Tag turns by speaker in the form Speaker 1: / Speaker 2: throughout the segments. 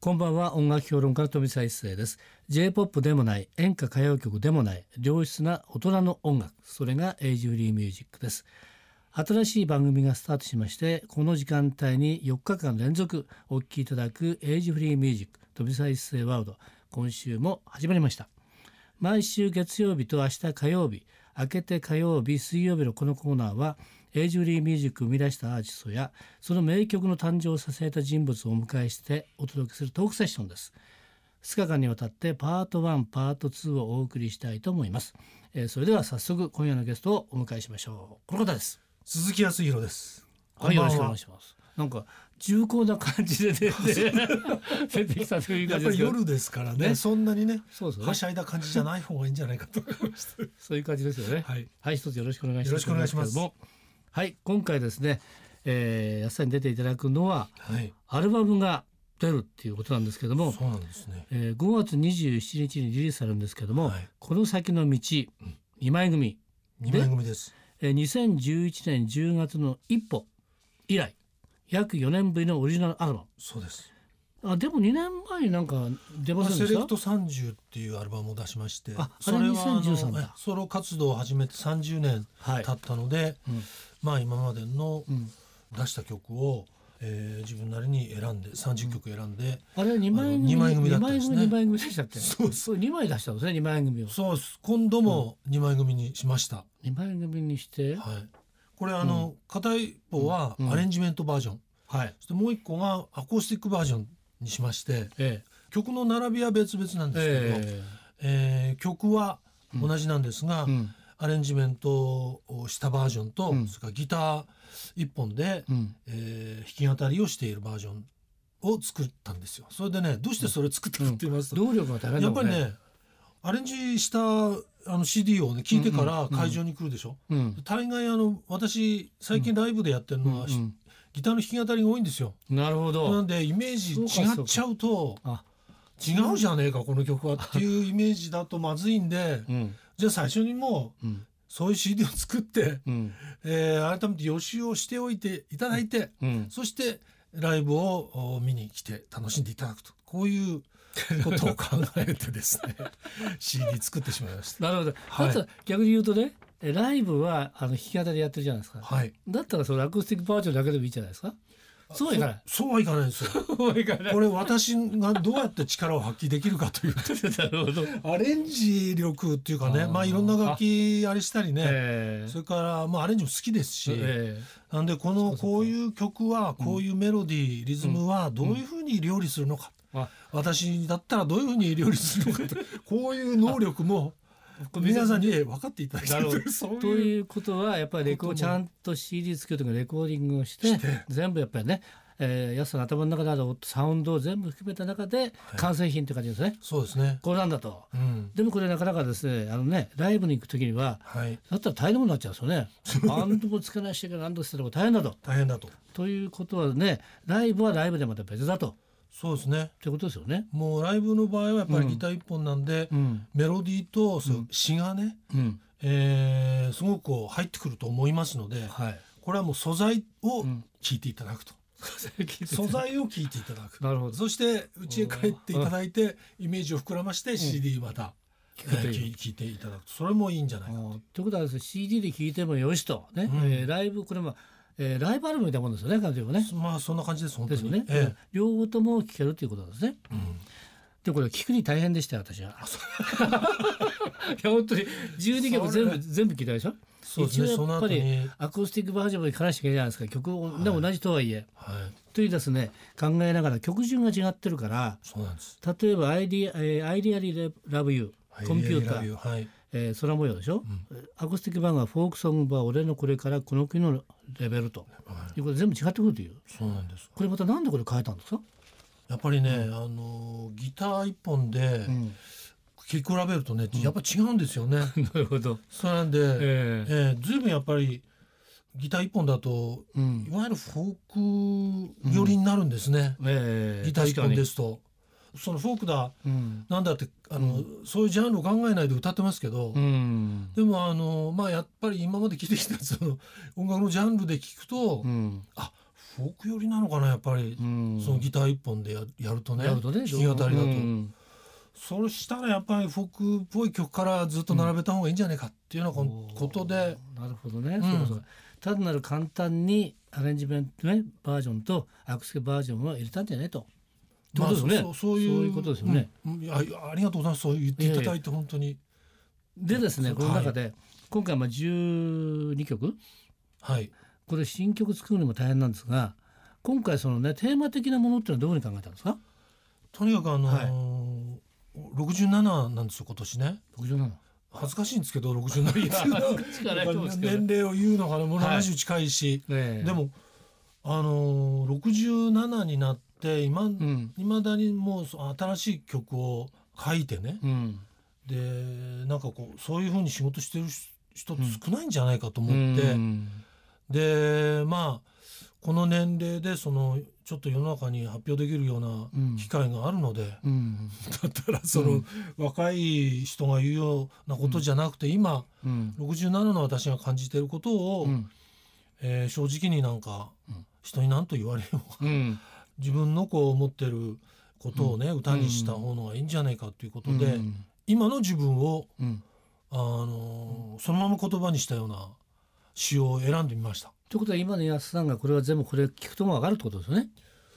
Speaker 1: こんばんは音楽評論家の富澤一世です J-POP でもない演歌歌謡曲でもない良質な大人の音楽それがエイジフリーミュージックです新しい番組がスタートしましてこの時間帯に4日間連続お聴きいただくエイジフリーミュージック飛び再生ワールド今週も始まりました毎週月曜日と明日火曜日明けて火曜日水曜日のこのコーナーはエイジフリーミュージックを生み出したアーティストやその名曲の誕生を支えた人物をお迎えしてお届けするトークセッションです2日間にわたってパート1パート2をお送りしたいと思います、えーそれでは早速今夜のゲストをお迎えしましょうこの方です
Speaker 2: 鈴木康弘です。
Speaker 1: はい、よろしくお願
Speaker 2: こんばんはい
Speaker 1: します。なんか重厚な感じで出て 出てきたという感じですけ
Speaker 2: やっぱり
Speaker 1: ど
Speaker 2: 夜ですからね。
Speaker 1: ね
Speaker 2: そんなにね、
Speaker 1: そうですよね
Speaker 2: はしゃいだ感じじゃない方がいいんじゃないかと思いました。
Speaker 1: そういう感じですよね。
Speaker 2: はい。
Speaker 1: はい、一つよろしくお願いします。
Speaker 2: よろしくお願いします
Speaker 1: けれどもはい、今回ですね、えー、安さんに出ていただくのは
Speaker 2: はい。
Speaker 1: アルバムが出るっていうことなんですけども、
Speaker 2: そうなんですね。
Speaker 1: えー、5月27日にリリースされるんですけども、
Speaker 2: はい
Speaker 1: この先の道2枚組、
Speaker 2: 二枚組です。
Speaker 1: えー、2011年10月の一歩以来約4年ぶりのオリジナルアルバム。
Speaker 2: そうです。
Speaker 1: あでも2年前になんか出ませんで
Speaker 2: セ
Speaker 1: した
Speaker 2: レクト三十っていうアルバムを出しまして、
Speaker 1: あ
Speaker 2: それはあ
Speaker 1: 2013だ
Speaker 2: のえソロ活動を始めて三十年
Speaker 1: は
Speaker 2: 経ったので、
Speaker 1: うん
Speaker 2: まあ今までの
Speaker 1: うん
Speaker 2: 出した曲を、えー自分なりに選んで三十曲選んで、
Speaker 1: あれ二枚組
Speaker 2: 二枚組だったんですね
Speaker 1: 二枚組二枚組でしたっけ？
Speaker 2: そうです
Speaker 1: そう二枚出したんですね。二枚組を
Speaker 2: そうです。今度も二枚組にしました。
Speaker 1: 二枚組にして、
Speaker 2: はい。これあの、片一方は
Speaker 1: うん
Speaker 2: アレンジメントバージョン。
Speaker 1: はい。
Speaker 2: そしてもう一個がアコースティックバージョンにしまして
Speaker 1: え
Speaker 2: 曲の並びは別々なん
Speaker 1: え
Speaker 2: ですけど、え
Speaker 1: え
Speaker 2: ー曲は同じなんですが、
Speaker 1: えうん
Speaker 2: アレンジメントをしたバージョンと、
Speaker 1: うん
Speaker 2: それからギター一本で、
Speaker 1: うん
Speaker 2: えー弾き語りをしているバージョンを作ったんですよ。それでねどうしてそれ作ったかって言いますと、
Speaker 1: 動力が大変だ
Speaker 2: やっ
Speaker 1: も
Speaker 2: ぱ
Speaker 1: ん
Speaker 2: り
Speaker 1: ね。
Speaker 2: ねアレンジしたあの CD をね聞いてか
Speaker 1: うん
Speaker 2: ら
Speaker 1: うん
Speaker 2: 会場に来るでしょ。
Speaker 1: うん
Speaker 2: 大概あの私最近ライブでやってるのは、
Speaker 1: うん
Speaker 2: ギターの弾き語りが多いんですよ。
Speaker 1: うん。なるほ
Speaker 2: な
Speaker 1: ど。
Speaker 2: んでイメージ違っちゃうと
Speaker 1: あ、
Speaker 2: 違うじゃねえかこの曲はっていうイメージだとまずいんで
Speaker 1: うん
Speaker 2: じゃあ最初にもう
Speaker 1: うん
Speaker 2: そういう CD を作って、
Speaker 1: うん
Speaker 2: えー改めて予習をしておいていただいて
Speaker 1: うん。
Speaker 2: そしてライブをお見に来て楽しんでいただくとこういうことを考えてです ね CD 作ってしまいました。
Speaker 1: なるほど。
Speaker 2: はい
Speaker 1: あと逆に言うとね、えライブはあの弾き語りでやってるじゃないですか。
Speaker 2: はい
Speaker 1: だったらそのアコースティックバージョンだけでもいいじゃないですか。そうはいかない。
Speaker 2: そそうはいかないんですよ。
Speaker 1: そういかな
Speaker 2: これ私がどうやって力を発揮できるかという と
Speaker 1: なるほど。
Speaker 2: アレンジ力っていうかね
Speaker 1: あー
Speaker 2: まあいろんな楽器あれしたりね、
Speaker 1: ええ
Speaker 2: それから、まあ、アレンジも好きですし、
Speaker 1: え
Speaker 2: なんでこ
Speaker 1: そう
Speaker 2: の
Speaker 1: かそうか
Speaker 2: こういう曲はこういうメロディーリズムはどういうふうに料理するのか、
Speaker 1: えあ
Speaker 2: 私だったらどういうふうに料理するのか とこういう能力も皆さんに分かっていただきたい
Speaker 1: なるほ
Speaker 2: い そう
Speaker 1: と
Speaker 2: いう
Speaker 1: いうことはやっぱりレコーちゃんと CD 作るときレコーディングをして
Speaker 2: して
Speaker 1: 全部やっぱりね、えー、やすさんの頭の中であるサウンドを全部含めた中で完成品って感じですね、
Speaker 2: そうですね。
Speaker 1: これなんだと
Speaker 2: うん
Speaker 1: でもこれなかなかですねあのねライブに行くときには
Speaker 2: はい、
Speaker 1: だったら大変なことになっちゃうん ですよねバンドもつけないし何度しても大変だと
Speaker 2: 大変だと
Speaker 1: ということはねライブはライブでまた別だと
Speaker 2: そうですね
Speaker 1: ってことですよね
Speaker 2: もうライブの場合はやっぱりギター一本なんで、
Speaker 1: うん
Speaker 2: メロディーとそう詞がね、
Speaker 1: うん
Speaker 2: えーすごくこう入ってくると思いますので、
Speaker 1: はい
Speaker 2: これはもう素材を
Speaker 1: ん
Speaker 2: 聞いていただくと、素材を聞いていただく
Speaker 1: なるほど
Speaker 2: そして家へ帰っていただいてイメージを膨らまして CD また
Speaker 1: 聞くという
Speaker 2: えー聞い聞いていただくとそれもいいんじゃないか
Speaker 1: ああということはですね CD で聴いてもよしとね、えーライブこれも、えーライブアルバムみたいなもんですよね感じもね。
Speaker 2: まあそんな感じです本当
Speaker 1: です
Speaker 2: に
Speaker 1: よね、
Speaker 2: ええ
Speaker 1: 両方とも聴けるということなんですね。でこれ聴くに大変でしたよ私は。 いや本当に12曲全
Speaker 2: そ
Speaker 1: 部全部聴いたでしょ
Speaker 2: そうですね
Speaker 1: 一応やっぱり
Speaker 2: その後に
Speaker 1: アコースティックバージョンにからしていけないじゃないですか曲を、でも同じとはいえ。
Speaker 2: はい
Speaker 1: というですね考えながら曲順が違ってるから
Speaker 2: そうなんです
Speaker 1: 例えば「アイディア・えーアイディアリー・ラブ・ユー」「コンピューター」
Speaker 2: ーはい
Speaker 1: えー、空模様でしょ、アコースティックバンドはフォークソングは俺のこれからこの国のレベルと、いうことで全部違ってくるという
Speaker 2: そうなんです
Speaker 1: これまたなんでこれ変えたんですか、
Speaker 2: やっぱりね、あのーギター一本で
Speaker 1: ん
Speaker 2: 聴き比べるとねやっぱ違うんですよね、
Speaker 1: なるほど、
Speaker 2: そうなんで、
Speaker 1: ええ
Speaker 2: ええずいぶんやっぱりギター一本だと、
Speaker 1: ん
Speaker 2: いわゆるフォーク寄りになるんですね、
Speaker 1: えー、
Speaker 2: ギター一本ですすと。そのフォークだ、
Speaker 1: うん
Speaker 2: なんだってあの、そういうジャンルを考えないで歌ってますけど、
Speaker 1: うん
Speaker 2: でもあの、まあ、やっぱり今まで聴いてきたその音楽のジャンルで聴くと、
Speaker 1: うん、
Speaker 2: あフォーク寄りなのかなやっぱり
Speaker 1: う、ん
Speaker 2: そのギター一本でややるとね
Speaker 1: なるほどね
Speaker 2: 弾き語りだと、
Speaker 1: うん
Speaker 2: それしたらやっぱりフォークっぽい曲からずっと並べた方がいいんじゃないかっていうようなこことで、
Speaker 1: なるほどね、
Speaker 2: ん
Speaker 1: そうかそうか単なる簡単にアレンジメント、ね、バージョンとアクセルバージョンを入れたんじゃないと。ってことですよね、
Speaker 2: そうそういう
Speaker 1: ことですよね。、
Speaker 2: うんうんいやいやありがとうございますそう言っていただいて本当に、
Speaker 1: でですね
Speaker 2: そう
Speaker 1: この中で、今回まあ12曲
Speaker 2: はい
Speaker 1: これ新曲作るのも大変なんですが今回そのねテーマ的なものっていうのはどういうふうに考えたんですか
Speaker 2: とにかくあのー
Speaker 1: は
Speaker 2: 67なんですよ今年ね
Speaker 1: ?67
Speaker 2: 恥ずかしいんですけど67いや
Speaker 1: しかないと思うん ですけどね
Speaker 2: 年齢を言うのかなもう
Speaker 1: はい
Speaker 2: 70近いし、
Speaker 1: ええ
Speaker 2: でもあのー67になって今、い
Speaker 1: うん
Speaker 2: まだにもうそう新しい曲を書いてね、
Speaker 1: うん
Speaker 2: でなんかこうそういうふうに仕事してる人って少ないんじゃないかと思って、
Speaker 1: うん
Speaker 2: でまあこの年齢でそのちょっと世の中に発表できるような
Speaker 1: うん
Speaker 2: 機会があるので、
Speaker 1: うん
Speaker 2: だったらその、
Speaker 1: うん
Speaker 2: 若い人が言うようなことじゃなくて、今
Speaker 1: うん
Speaker 2: 67の私が感じてることを、
Speaker 1: うん
Speaker 2: えー正直になんか、
Speaker 1: うん
Speaker 2: 人に何と言われようが
Speaker 1: う ん
Speaker 2: 自分のこう思ってることをね、歌にした方のがいいんじゃないかということで、
Speaker 1: うん
Speaker 2: 今の自分を、
Speaker 1: うん
Speaker 2: あのーそのまま言葉にしたような詩を選んでみました。
Speaker 1: ということは今の安さんがこれは全部これ聞くとも分かるってことですよね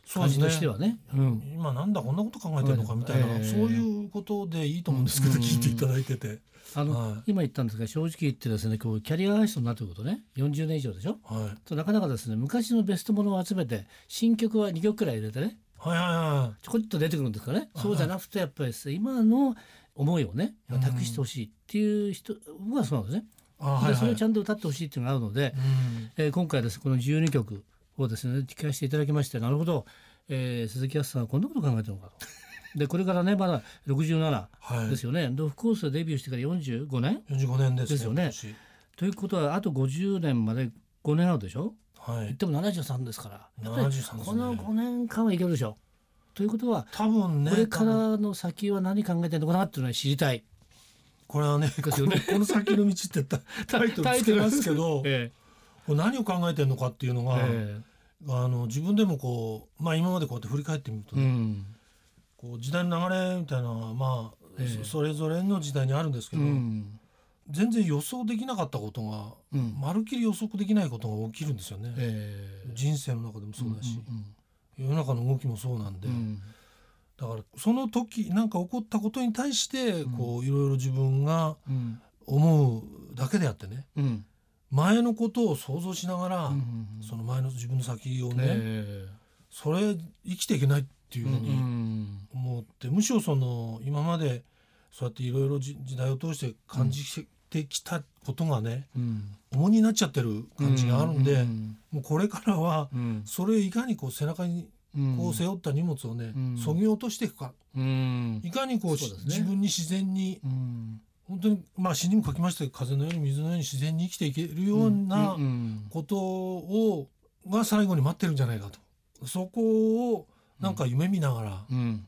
Speaker 2: そう
Speaker 1: 感
Speaker 2: です
Speaker 1: じ
Speaker 2: ね
Speaker 1: としてはね。うん
Speaker 2: 今なんだこんなこと考えてるのかみたいな、
Speaker 1: ええ
Speaker 2: そういうことでいいと思うんですけど、
Speaker 1: うん
Speaker 2: 聞いていただいてて、
Speaker 1: あの、
Speaker 2: はい
Speaker 1: 今言ったんですが正直言ってですねこうキャリアアーティストになってることね40年以上でしょ
Speaker 2: はい、はい
Speaker 1: となかなかですね昔のベストものを集めて新曲は2曲くらい入れてね
Speaker 2: はいは
Speaker 1: ちょこっと出てくるんですかね
Speaker 2: はい
Speaker 1: そうじゃなくてやっぱりですね今の思いをね
Speaker 2: うん
Speaker 1: 託してほしいっていう人僕はそうなんですね。
Speaker 2: いあはい
Speaker 1: でそ
Speaker 2: は
Speaker 1: れ
Speaker 2: い
Speaker 1: をちゃんと歌ってほしいっていうのがあるので、
Speaker 2: うん
Speaker 1: えー今回ですこの12曲をですね聞かせていただきましてなるほど、えー鈴木康さんはこんなこと考えてるのかと。でこれからねまだ67
Speaker 2: はい
Speaker 1: ですよね、で副コースでデビューしてから45年
Speaker 2: 45年ですね
Speaker 1: ですよねということはあと50年まで5年あるでしょ
Speaker 2: 今年は
Speaker 1: 言っ
Speaker 2: い
Speaker 1: ても73ですからやっぱり
Speaker 2: 73ですね
Speaker 1: この5年間はいけるでしょということは
Speaker 2: 多分ね
Speaker 1: これか
Speaker 2: 多分
Speaker 1: らの先は何考えてるのかなっていうのは知りたい。
Speaker 2: これはね
Speaker 1: ですよね
Speaker 2: このこの先の道ってタタイトルつけますけど、
Speaker 1: え
Speaker 2: これ何を考えてるのかっていうの
Speaker 1: え
Speaker 2: が、
Speaker 1: え
Speaker 2: あの自分でもこうまあ今までこうやって振り返ってみると
Speaker 1: えうん
Speaker 2: こう時代の流れみたいなのはまあ、
Speaker 1: ええ
Speaker 2: そそれぞれの時代にあるんですけ
Speaker 1: う
Speaker 2: ど、
Speaker 1: ん
Speaker 2: 全然予想できなかったことが
Speaker 1: うん
Speaker 2: まるっきり予測できないことが起きるんですよね、
Speaker 1: ええ
Speaker 2: 人生の中でもそうだし、
Speaker 1: うん
Speaker 2: 世の中の動きもそうなんで、
Speaker 1: うん
Speaker 2: だからその時なんか起こったことに対してこういろいろ自分が
Speaker 1: うん
Speaker 2: 思うだけであってね
Speaker 1: うん
Speaker 2: 前のことを想像しながら、
Speaker 1: うんうん
Speaker 2: その前の自分の先をね、
Speaker 1: え
Speaker 2: それ生きていけないってい
Speaker 1: え
Speaker 2: うふう
Speaker 1: う
Speaker 2: に
Speaker 1: ん
Speaker 2: 思って、むしろその今までそうやっていろいろ時時代を通して感じてきたことがね
Speaker 1: うん
Speaker 2: 重荷になっちゃってる感じがあるんで、
Speaker 1: うん
Speaker 2: もうこれからは
Speaker 1: うん
Speaker 2: それをいかにこう背中に
Speaker 1: うん
Speaker 2: こう背負った荷物をね、
Speaker 1: うん
Speaker 2: そぎ落としていくか
Speaker 1: うん
Speaker 2: いかにこう
Speaker 1: そうですね
Speaker 2: 自分に自然に
Speaker 1: うん
Speaker 2: 本当にまあ詩にも書きましたけど風のように水のように自然に生きていけるような
Speaker 1: うんうん
Speaker 2: ことをが最後に待ってるんじゃないかとそこをなんか夢見ながら、
Speaker 1: うん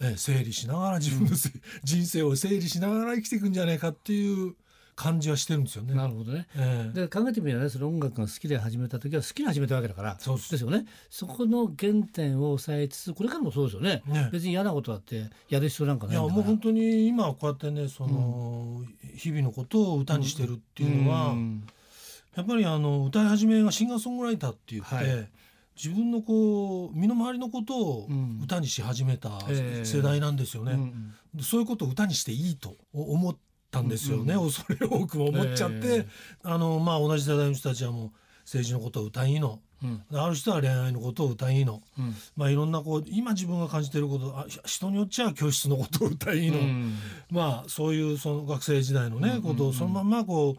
Speaker 2: えー整理しながら自分のせ、人生を整理しながら生きていくんじゃないかっていう感じはしてるんですよね。
Speaker 1: なるほどね。
Speaker 2: ええ
Speaker 1: で考えてみればねその音楽が好きで始めた時は好きで始めたわけだから
Speaker 2: そうです
Speaker 1: ですよねそこの原点を抑えつつこれからもそうですよね
Speaker 2: ね
Speaker 1: 別に嫌なことだってやる必要なんか
Speaker 2: い
Speaker 1: ない
Speaker 2: や
Speaker 1: んだから
Speaker 2: もう本当に今こうやってねその、日々のことを歌にしてるっていうのは、
Speaker 1: うん
Speaker 2: やっぱりあの歌い始めがシンガーソングライターって言って、
Speaker 1: はい
Speaker 2: 自分のこう身の回りのことを
Speaker 1: うん
Speaker 2: 歌にし始めた
Speaker 1: ええ
Speaker 2: 世代なんですよ
Speaker 1: う
Speaker 2: ね、
Speaker 1: ん
Speaker 2: そういうことを歌にしていいと思ったんですよね、
Speaker 1: うん
Speaker 2: 恐れ多くも思っちゃって、
Speaker 1: ええ
Speaker 2: あのまあ、同じ世代の人たちはもう政治のことを歌いいの
Speaker 1: うん
Speaker 2: ある人は恋愛のことを歌いいの、
Speaker 1: うん
Speaker 2: まあ、いろんなこう今自分が感じてることあ人によっちゃ教室のことを歌いいの、
Speaker 1: うん
Speaker 2: まあそういうその学生時代の
Speaker 1: うんうん
Speaker 2: ね
Speaker 1: うん
Speaker 2: ことをそのまんまこ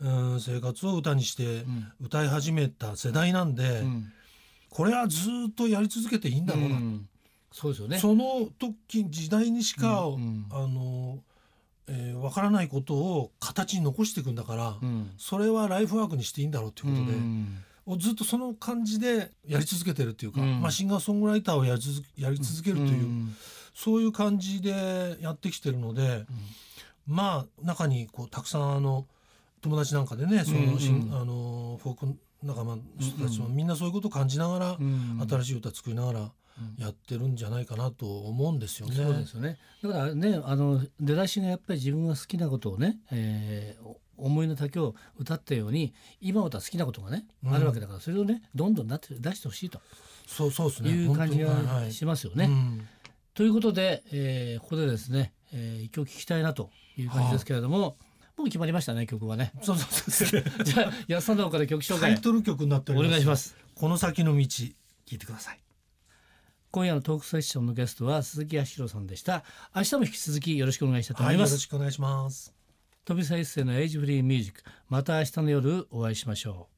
Speaker 2: う、うん、生活を歌にして
Speaker 1: うん
Speaker 2: 歌い始めた世代なんで、
Speaker 1: うん
Speaker 2: これはずっとやり続けていいんだろうな、
Speaker 1: うんそうですよね
Speaker 2: その時時代にしか、
Speaker 1: うんうん
Speaker 2: あの、えー、分からないことを形に残していくんだから、
Speaker 1: うん
Speaker 2: それはライフワークにしていいんだろうということで、
Speaker 1: うん
Speaker 2: ずっとその感じでやり続けてるっていうか、
Speaker 1: うん
Speaker 2: まあ、シンガーソングライターをやり続けやり続けるという、
Speaker 1: ん
Speaker 2: そういう感じでやってきてるので、まあ中にこうたくさんあの友達なんかでねその、
Speaker 1: うんうん
Speaker 2: しんあのフォーク仲間の人たちもみんなそういうことを感じながら、
Speaker 1: うん
Speaker 2: 新しい歌作りながらやってるんじゃないかなと思うんですよね。
Speaker 1: そうですよね。だからね、あの出だしがやっぱり自分が好きなことをね、えーお思いの丈を歌ったように、今歌好きなことがね、
Speaker 2: うん
Speaker 1: あるわけだから、それをね、どんどんなって出してほしいと
Speaker 2: そうそうですね。
Speaker 1: いう感じ
Speaker 2: 本当にはいは
Speaker 1: が
Speaker 2: い
Speaker 1: しますよ
Speaker 2: う
Speaker 1: ね。
Speaker 2: ん
Speaker 1: ということで、えーここでですね、えー、曲聞きたいなという感じですけれども、もう決まりましたね、曲はね。
Speaker 2: そうそうそう。
Speaker 1: じゃあ、安さんの方から曲紹
Speaker 2: タ
Speaker 1: 介
Speaker 2: イトル曲になってお
Speaker 1: お
Speaker 2: ります。
Speaker 1: 願いします。
Speaker 2: この先の道聞いてください。
Speaker 1: 今夜のトークセッションのゲストは鈴木康弘さんでした。明日も引き続きよろしくお願いしたいと思
Speaker 2: はいい、
Speaker 1: ま
Speaker 2: よろ
Speaker 1: す。
Speaker 2: しくお願いします。
Speaker 1: 飛び再生のエイジフリーミュージックまた明日の夜お会いしましょう